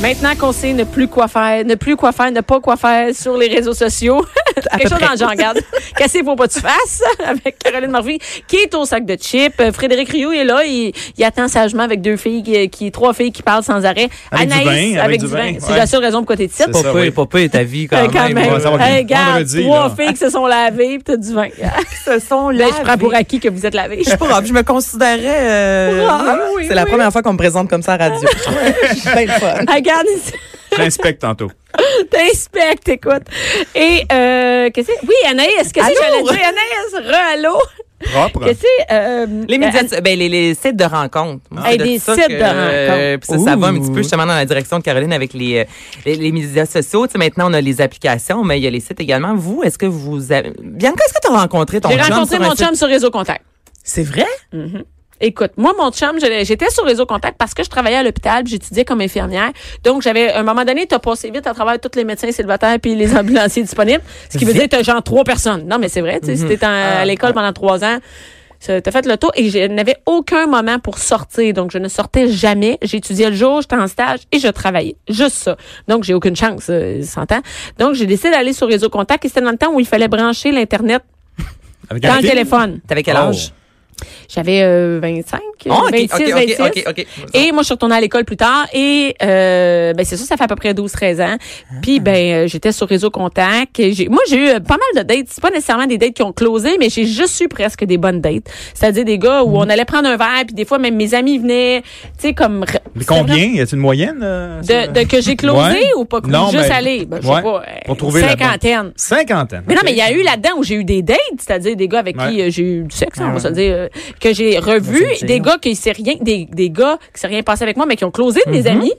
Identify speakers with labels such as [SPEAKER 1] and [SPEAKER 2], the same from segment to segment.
[SPEAKER 1] Maintenant qu'on sait ne plus quoi faire, ne plus quoi faire, ne pas quoi faire sur les réseaux sociaux, quelque chose dans le genre, garde. Cassez-vous pas de face avec Caroline Morvi, qui est au sac de chips. Euh, Frédéric Rioux est là, il, il attend sagement avec deux filles, qui, qui- trois filles qui parlent sans arrêt.
[SPEAKER 2] Avec du
[SPEAKER 1] Anaïs,
[SPEAKER 2] vin, avec du vin,
[SPEAKER 1] C'est
[SPEAKER 2] ouais.
[SPEAKER 1] la seule raison pourquoi t'es titre.
[SPEAKER 2] C'est ça,
[SPEAKER 3] Pas
[SPEAKER 2] oui.
[SPEAKER 3] peu, pas peu, ta vie quand,
[SPEAKER 1] Euh, quand même.
[SPEAKER 3] même.
[SPEAKER 2] ouais, ça va.
[SPEAKER 1] Hey, regarde,
[SPEAKER 2] Vendredi,
[SPEAKER 1] trois
[SPEAKER 2] là.
[SPEAKER 1] filles qui se sont lavées, puis t'as du vin.
[SPEAKER 4] se sont
[SPEAKER 1] Là, je prends
[SPEAKER 4] lavés.
[SPEAKER 1] pour acquis que vous êtes lavés.
[SPEAKER 4] Je suis propre. Je me considérais. euh,
[SPEAKER 1] Propre, oui,
[SPEAKER 4] c'est la
[SPEAKER 1] oui.
[SPEAKER 4] première fois qu'on me présente comme ça à radio. Je suis bien le fun.
[SPEAKER 1] Regarde,
[SPEAKER 2] J'inspecte tantôt.
[SPEAKER 1] t'inspectes, écoute. Et, euh, qu'est-ce que c'est? Oui, Anaïs, qu'est-ce que
[SPEAKER 4] Allô?
[SPEAKER 1] j'allais dire? Anaïs, re-allô.
[SPEAKER 2] Propre.
[SPEAKER 1] Qu'est-ce que c'est? euh,
[SPEAKER 4] Les, médias, ben, les, les sites de rencontres. Moi,
[SPEAKER 1] Hey,
[SPEAKER 4] c'est de
[SPEAKER 1] des
[SPEAKER 4] ça
[SPEAKER 1] sites
[SPEAKER 4] que,
[SPEAKER 1] de rencontres.
[SPEAKER 4] puis ça, ça va un
[SPEAKER 3] Ouh.
[SPEAKER 4] petit peu justement dans la direction de Caroline avec les, euh, les, les médias sociaux. Tu sais, maintenant, on a les applications, mais il y a les sites également. Vous, est-ce que vous avez... Bianca, est-ce que tu as rencontré ton
[SPEAKER 1] J'ai
[SPEAKER 4] chum?
[SPEAKER 1] rencontré
[SPEAKER 4] sur un
[SPEAKER 1] mon
[SPEAKER 4] site?
[SPEAKER 1] chum sur Réseau Contact.
[SPEAKER 4] C'est vrai?
[SPEAKER 1] Écoute, moi, mon chum, je l'ai- j'étais sur Réseau Contact parce que je travaillais à l'hôpital, puis j'étudiais comme infirmière. Donc, j'avais, à un moment donné, t'as passé vite à travers tous les médecins célibataires puis les ambulanciers disponibles. Ce qui veut dire que t'as genre trois personnes. Non, mais c'est vrai, tu
[SPEAKER 4] Mhm.
[SPEAKER 1] sais, si t'es en-
[SPEAKER 4] Ah,
[SPEAKER 1] à l'école pendant trois ans, ça- t'as fait le tour et je n'avais aucun moment pour sortir. Donc, je ne sortais jamais. J'étudiais le jour, j'étais en stage et je travaillais. Juste ça. Donc, j'ai aucune chance, euh, s'entend. Donc, j'ai décidé d'aller sur Réseau Contact et c'était dans le temps où il fallait brancher l'Internet
[SPEAKER 2] Avec
[SPEAKER 1] dans
[SPEAKER 2] un
[SPEAKER 1] le
[SPEAKER 2] fil.
[SPEAKER 1] téléphone.
[SPEAKER 4] T'avais quel âge?
[SPEAKER 1] J'avais euh, 25,
[SPEAKER 2] Ah,
[SPEAKER 4] Oh, ok,
[SPEAKER 1] 26,
[SPEAKER 4] ok, ok,
[SPEAKER 1] 26.
[SPEAKER 4] ok, ok.
[SPEAKER 1] Et moi, je suis retournée à l'école plus tard. Et euh, ben, c'est ça, ça fait à peu près 12-13 ans.
[SPEAKER 2] Ah.
[SPEAKER 1] Puis, ben, euh, j'étais sur Réseau Contact. Et j'ai- moi, j'ai eu euh, pas mal de dates. C'est pas nécessairement des dates qui ont closé, mais j'ai juste eu presque des bonnes dates. C'est-à-dire des gars où
[SPEAKER 2] Mm.
[SPEAKER 1] on allait prendre un verre, puis des fois, même mes amis venaient. Tu sais, comme...
[SPEAKER 2] Mais combien? Y a-t-il une moyenne? euh,
[SPEAKER 1] de, de que j'ai closé
[SPEAKER 2] Ouais.
[SPEAKER 1] ou pas
[SPEAKER 2] Non,
[SPEAKER 1] juste
[SPEAKER 2] ben,
[SPEAKER 1] aller ben, je sais
[SPEAKER 2] ouais.
[SPEAKER 1] pas euh,
[SPEAKER 2] Pour trouver la bonne.
[SPEAKER 1] cinquantaine
[SPEAKER 2] Cinquantaine.
[SPEAKER 1] mais non,
[SPEAKER 2] ok.
[SPEAKER 1] mais il y a eu là-dedans où j'ai eu des dates, c'est-à-dire des gars avec qui
[SPEAKER 2] Ouais.
[SPEAKER 1] euh, j'ai eu du sexe, on va se le dire, euh, que j'ai revu,
[SPEAKER 4] Ah c'est
[SPEAKER 1] des
[SPEAKER 4] génial.
[SPEAKER 1] gars qui s'est rien, des, des gars qui s'est rien passé avec moi, mais qui ont closé de
[SPEAKER 4] Mhm.
[SPEAKER 1] mes amis.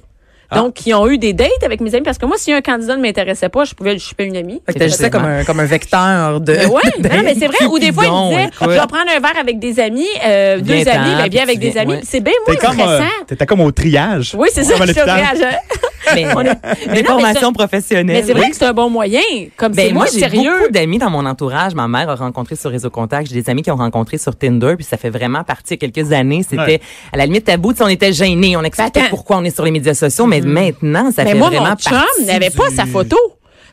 [SPEAKER 4] Ah.
[SPEAKER 1] Donc, qui ont eu des dates avec mes amis. Parce que moi, si un candidat ne m'intéressait pas, je pouvais le choper une amie.
[SPEAKER 4] Fait que Ah, t'as juste ça comme un, comme un vecteur de...
[SPEAKER 1] Mais ouais,
[SPEAKER 4] de-
[SPEAKER 1] non, mais c'est vrai. Ou des fois, il me
[SPEAKER 4] Bidon,
[SPEAKER 1] disait, je
[SPEAKER 4] écoute.
[SPEAKER 1] vais prendre un verre avec des amis, euh, deux
[SPEAKER 4] Viens-t'en,
[SPEAKER 1] amis, ben,
[SPEAKER 4] puis
[SPEAKER 1] viens
[SPEAKER 4] tu
[SPEAKER 1] avec des
[SPEAKER 4] viens,
[SPEAKER 1] amis.
[SPEAKER 4] ouais.
[SPEAKER 1] C'est bien moins
[SPEAKER 2] T'es comme, euh,
[SPEAKER 1] stressant.
[SPEAKER 2] t'étais comme au triage.
[SPEAKER 1] oui, c'est ça,
[SPEAKER 2] Comme à
[SPEAKER 1] je te
[SPEAKER 2] l'hôpital.
[SPEAKER 1] regarde, hein.
[SPEAKER 4] Mais-
[SPEAKER 1] On est- mais
[SPEAKER 4] des
[SPEAKER 1] non, mais ça-
[SPEAKER 4] formations professionnelles.
[SPEAKER 1] Mais c'est vrai que c'est un bon moyen. Comme
[SPEAKER 4] Ben,
[SPEAKER 1] c'est
[SPEAKER 4] moi,
[SPEAKER 1] moins
[SPEAKER 4] j'ai
[SPEAKER 1] sérieux.
[SPEAKER 4] beaucoup d'amis dans mon entourage. Ma mère a rencontré sur Réseau Contact. J'ai des amis qui ont rencontré sur Tinder, puis ça fait vraiment partie. Il y a quelques années, c'était
[SPEAKER 2] Ouais.
[SPEAKER 4] à la limite tabou. Tu sais, on était gênés, on expliquait
[SPEAKER 1] attends.
[SPEAKER 4] pourquoi on est sur les médias sociaux, mais maintenant, ça
[SPEAKER 1] Mais
[SPEAKER 4] fait
[SPEAKER 1] moi,
[SPEAKER 4] vraiment
[SPEAKER 1] mon
[SPEAKER 4] partie
[SPEAKER 1] chum n'avait
[SPEAKER 4] du-
[SPEAKER 1] pas sa photo.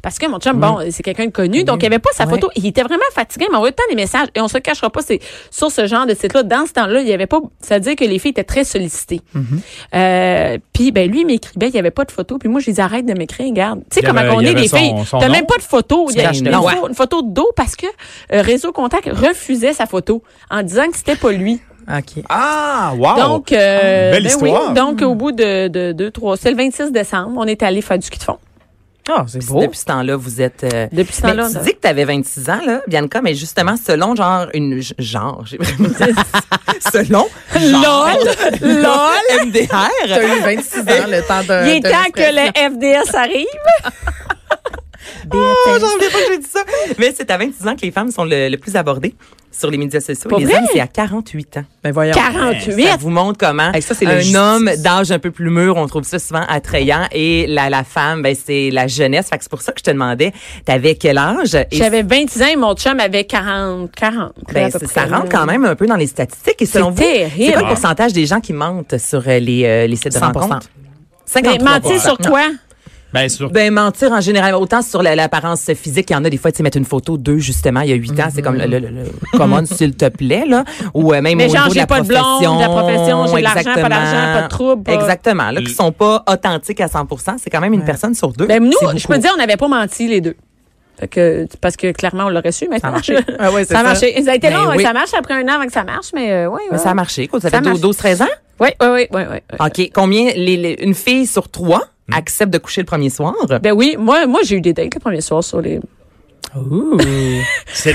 [SPEAKER 1] Parce que mon chum, bon, c'est quelqu'un de connu, donc il avait pas sa photo. Il était vraiment fatigué, il m'envoyait tant des messages. Et on se le cachera pas, c'est sur ce genre de site-là. Dans ce temps-là, il y avait pas, ça veut dire que les filles étaient très sollicitées.
[SPEAKER 2] Mhm.
[SPEAKER 1] Euh, puis ben lui, il m'écrivait, il y avait pas de photo. Puis moi, je lui dis arrête de m'écrire, regarde. Tu sais
[SPEAKER 2] Il y
[SPEAKER 1] comment
[SPEAKER 2] avait-
[SPEAKER 1] on
[SPEAKER 2] il y
[SPEAKER 1] est
[SPEAKER 2] avait
[SPEAKER 1] les
[SPEAKER 2] son-
[SPEAKER 1] filles.
[SPEAKER 2] son
[SPEAKER 1] T'as
[SPEAKER 2] nom?
[SPEAKER 1] même pas de photo. Il y a
[SPEAKER 4] Tu
[SPEAKER 1] une,
[SPEAKER 4] caches le
[SPEAKER 1] photo- une photo de dos parce que euh, Réseau Contact refusait sa photo en disant que c'était pas lui.
[SPEAKER 4] OK.
[SPEAKER 2] Ah, wow!
[SPEAKER 1] Donc, euh,
[SPEAKER 2] Ah, Belle
[SPEAKER 1] ben
[SPEAKER 2] histoire. Mm.
[SPEAKER 1] oui, donc au bout de, de deux, trois, c'est le 26 décembre, on est allé faire du ski de fond.
[SPEAKER 4] Ah, c'est
[SPEAKER 3] beau.
[SPEAKER 4] Depuis ce temps-là, vous êtes. euh,
[SPEAKER 1] Depuis ce
[SPEAKER 4] mais
[SPEAKER 1] temps-là,
[SPEAKER 4] Tu
[SPEAKER 1] là.
[SPEAKER 4] dis que tu avais 26 ans, là, Bianca, mais justement, selon genre une. j- Genre, j'ai vraiment. selon. genre-
[SPEAKER 1] LOL.
[SPEAKER 4] MDR.
[SPEAKER 5] eu 26 ans, le temps de.
[SPEAKER 1] Il est
[SPEAKER 5] de
[SPEAKER 1] temps que
[SPEAKER 5] l'expression.
[SPEAKER 1] le FDS arrive.
[SPEAKER 4] Oh, j'en reviens pas que j'ai dit ça. Mais c'est à 26 ans que les femmes sont le, le plus abordées sur les médias sociaux.
[SPEAKER 1] Pas
[SPEAKER 4] Et les
[SPEAKER 1] vrai?
[SPEAKER 4] hommes, c'est à 48 ans.
[SPEAKER 5] Ben voyons.
[SPEAKER 1] 48.
[SPEAKER 4] Ça vous montre comment
[SPEAKER 5] Hey, ça, c'est la
[SPEAKER 4] un
[SPEAKER 5] justice.
[SPEAKER 4] homme d'âge un peu plus mûr, on trouve ça souvent attrayant. Et la, la femme, ben, c'est la jeunesse. Fait que c'est pour ça que je te demandais, t'avais quel âge? Et
[SPEAKER 1] J'avais 26 ans et mon chum avait 40. 40
[SPEAKER 4] ben,
[SPEAKER 1] à peu
[SPEAKER 4] c'est-
[SPEAKER 1] près.
[SPEAKER 4] ça rentre quand même un peu dans les statistiques. Et selon vous,
[SPEAKER 1] terrible.
[SPEAKER 4] c'est quoi le pourcentage des gens qui mentent sur euh, les, euh, les sites de
[SPEAKER 5] 100%.
[SPEAKER 4] rencontres?
[SPEAKER 1] Mais
[SPEAKER 4] 53%.
[SPEAKER 1] mentir sur quoi?
[SPEAKER 2] Bien sûr.
[SPEAKER 4] Ben, mentir en général, autant sur la- l'apparence physique, il y en a des fois, tu sais, mettre une photo d'eux, justement, il y a huit ans, c'est comme le, le, le- le- common, s'il te plaît, là. Ou euh, même
[SPEAKER 1] Mm-hmm. Mais
[SPEAKER 4] au
[SPEAKER 1] genre,
[SPEAKER 4] niveau de
[SPEAKER 1] j'ai
[SPEAKER 4] la
[SPEAKER 1] pas de blonde, de la profession, j'ai de l'argent, pas d'argent,
[SPEAKER 4] exactement.
[SPEAKER 1] pas de trouble, pas-
[SPEAKER 4] Exactement, là, qui sont pas authentiques à 100 c'est quand même une personne sur deux.
[SPEAKER 1] Ben,
[SPEAKER 4] C'est
[SPEAKER 1] nous, je
[SPEAKER 4] beaucoup.
[SPEAKER 1] peux dire, on n'avait pas menti les deux. Fait que, parce que clairement, on l'aurait su maintenant.
[SPEAKER 4] marchait.
[SPEAKER 5] Ah ouais, c'est
[SPEAKER 1] ça a
[SPEAKER 5] ça.
[SPEAKER 1] marché. Ça a été
[SPEAKER 4] Ben
[SPEAKER 1] long, hein,
[SPEAKER 4] oui.
[SPEAKER 1] ça marche après un an avant que ça marche, mais euh, ouais, ouais.
[SPEAKER 4] Mais ça a marché, quoi. Ça,
[SPEAKER 1] Ça
[SPEAKER 4] fait
[SPEAKER 1] marche.
[SPEAKER 4] 12, 13 ans? Ah.
[SPEAKER 1] Oui, oui, oui, oui.
[SPEAKER 4] OK. Combien, les- les- une fille
[SPEAKER 1] Mm.
[SPEAKER 4] sur trois accepte de coucher le premier soir?
[SPEAKER 1] Ben oui, moi, moi j'ai eu des dates le premier soir sur les.
[SPEAKER 2] C'est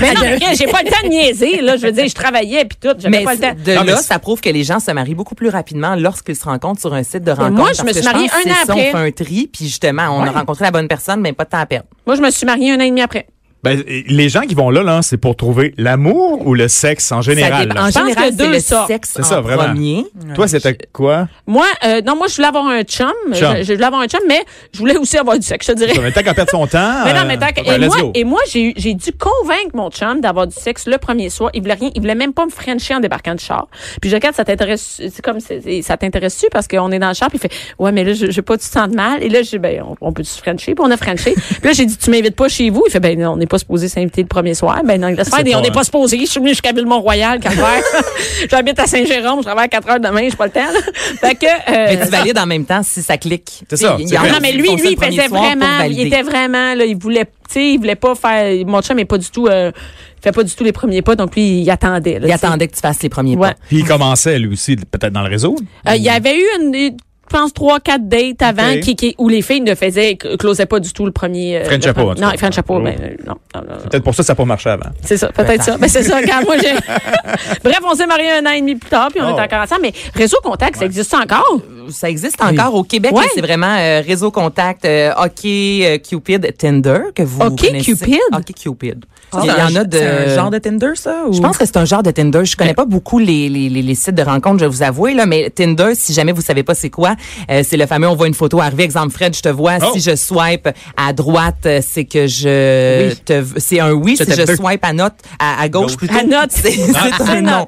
[SPEAKER 1] Mais non, mais regarde, j'ai pas le temps de niaiser, là. Je veux dire, je travaillais puis tout. J'avais
[SPEAKER 4] Mais
[SPEAKER 1] pas le temps.
[SPEAKER 4] de
[SPEAKER 2] Non, mais
[SPEAKER 4] là,
[SPEAKER 2] c'est-
[SPEAKER 4] ça prouve que les gens se marient beaucoup plus rapidement lorsqu'ils se rencontrent sur un site de rencontre.
[SPEAKER 1] moi, je
[SPEAKER 4] parce
[SPEAKER 1] me
[SPEAKER 4] que
[SPEAKER 1] suis mariée
[SPEAKER 4] pense que
[SPEAKER 1] un an
[SPEAKER 4] c'est ça,
[SPEAKER 1] après.
[SPEAKER 4] On fait un tri, puis justement, on a rencontré la bonne personne, mais pas de temps à perdre.
[SPEAKER 1] Moi, je me suis mariée un an et demi après.
[SPEAKER 2] Ben, les gens qui vont là, là, c'est pour trouver l'amour ou le sexe en
[SPEAKER 4] Ça
[SPEAKER 2] général?
[SPEAKER 4] dépend-
[SPEAKER 2] là?
[SPEAKER 4] en
[SPEAKER 1] Je pense
[SPEAKER 4] général,
[SPEAKER 1] que
[SPEAKER 4] c'est
[SPEAKER 1] deux
[SPEAKER 4] le
[SPEAKER 1] sortes. Euh,
[SPEAKER 4] sexe
[SPEAKER 2] C'est ça,
[SPEAKER 4] en
[SPEAKER 2] vraiment.
[SPEAKER 4] premier.
[SPEAKER 2] Toi, c'était quoi?
[SPEAKER 1] Moi, euh, non, moi, je voulais avoir un chum.
[SPEAKER 2] Chum.
[SPEAKER 1] Je, je voulais avoir un chum, mais je voulais aussi avoir du sexe, je te dirais.
[SPEAKER 2] Mais tant qu'à perdre son temps.
[SPEAKER 1] Mais non, mais
[SPEAKER 2] euh,
[SPEAKER 1] tant que-
[SPEAKER 2] ben,
[SPEAKER 1] et,
[SPEAKER 2] let's
[SPEAKER 1] moi,
[SPEAKER 2] go.
[SPEAKER 1] et moi, j'ai eu- j'ai dû convaincre mon chum d'avoir du sexe le premier soir. Il voulait rien, il voulait même pas me frencher en débarquant du char. Puis je regarde, ça t'intéresse, c'est comme, c'est- ça t'intéresse-tu parce qu'on est dans le char, puis il fait, ouais, mais là, je- j'ai pas du temps de mal. Et là, j'ai dit, ben, on, on peut se frencher, puis on a frenché. puis là, j'ai dit, tu m'invites pas chez vous. Il fait, ben, non, on n'est pas supposé s'inviter le premier soir. Ben, non, laisse faire,
[SPEAKER 2] C'est
[SPEAKER 1] on
[SPEAKER 2] pas-
[SPEAKER 1] n'est pas supposé. Je suis venu jusqu'à Ville-Mont-Royal, Calvaire. J'habite à Saint-Jérôme, je travaille à 4 heures demain, j'ai pas le temps, là. Fait que, euh,
[SPEAKER 4] Mais tu valides en même temps si ça clique.
[SPEAKER 2] C'est ça,
[SPEAKER 4] Il y
[SPEAKER 2] c'est
[SPEAKER 4] en
[SPEAKER 2] vrai.
[SPEAKER 4] a
[SPEAKER 1] non, mais
[SPEAKER 4] qui
[SPEAKER 1] lui,
[SPEAKER 4] font ça
[SPEAKER 1] lui,
[SPEAKER 4] le
[SPEAKER 1] il
[SPEAKER 4] premier
[SPEAKER 1] faisait
[SPEAKER 4] soir pour
[SPEAKER 1] vraiment, il
[SPEAKER 4] valider.
[SPEAKER 1] était vraiment, là, il voulait, tu sais, il voulait pas faire, mon chum est pas du tout, euh, il fait pas du tout les premiers pas, donc lui, il attendait, là,
[SPEAKER 4] Il
[SPEAKER 1] tu sais.
[SPEAKER 4] attendait que tu fasses les premiers
[SPEAKER 1] Ouais.
[SPEAKER 4] pas. Mm.
[SPEAKER 2] Puis il commençait, lui aussi, peut-être dans le réseau.
[SPEAKER 1] Euh, il y avait eu une, une, je pense, trois, quatre dates avant
[SPEAKER 2] Ok.
[SPEAKER 1] qui, qui, où les filles ne faisaient, closaient pas du tout le premier. euh,
[SPEAKER 2] French
[SPEAKER 1] le
[SPEAKER 2] chapeau, en tout
[SPEAKER 1] Non,
[SPEAKER 2] cas.
[SPEAKER 1] French chapeau,
[SPEAKER 2] Oh.
[SPEAKER 1] ben, euh, non, non, non, non.
[SPEAKER 2] Peut-être pour ça, ça n'a pas marché avant.
[SPEAKER 1] C'est ça, peut-être ça. Ben, c'est ça, quand moi, j'ai. Bref, on s'est mariés un an et demi plus tard, puis on
[SPEAKER 2] Oh.
[SPEAKER 1] est encore ensemble, mais Réseau Contact, ça existe encore?
[SPEAKER 4] Ça existe encore au Québec.
[SPEAKER 1] Ouais.
[SPEAKER 4] mais C'est vraiment euh, réseau contact, euh, OK euh, Cupid, Tinder que vous
[SPEAKER 1] OK
[SPEAKER 4] connaissez.
[SPEAKER 1] Cupid? Oh,
[SPEAKER 4] OK Cupid.
[SPEAKER 3] Ah,
[SPEAKER 4] Il y
[SPEAKER 3] c'est
[SPEAKER 4] en
[SPEAKER 3] un-
[SPEAKER 4] a de.
[SPEAKER 3] c'est un genre de Tinder, ça? Ou...
[SPEAKER 4] Je pense que c'est un genre de Tinder. Je connais pas beaucoup les, les, les, les sites de rencontres, je vais vous avouer, là, mais Tinder, si jamais vous savez pas c'est quoi, euh, c'est le fameux on voit une photo arriver, exemple Fred, je te vois,
[SPEAKER 2] Oh.
[SPEAKER 4] si je swipe à droite, euh, c'est que je te v- c'est un oui,
[SPEAKER 3] Je
[SPEAKER 4] si je
[SPEAKER 3] t'aime.
[SPEAKER 4] swipe à note à, à gauche
[SPEAKER 2] Gauche.
[SPEAKER 4] plutôt.
[SPEAKER 1] À note.
[SPEAKER 4] c'est c'est un non.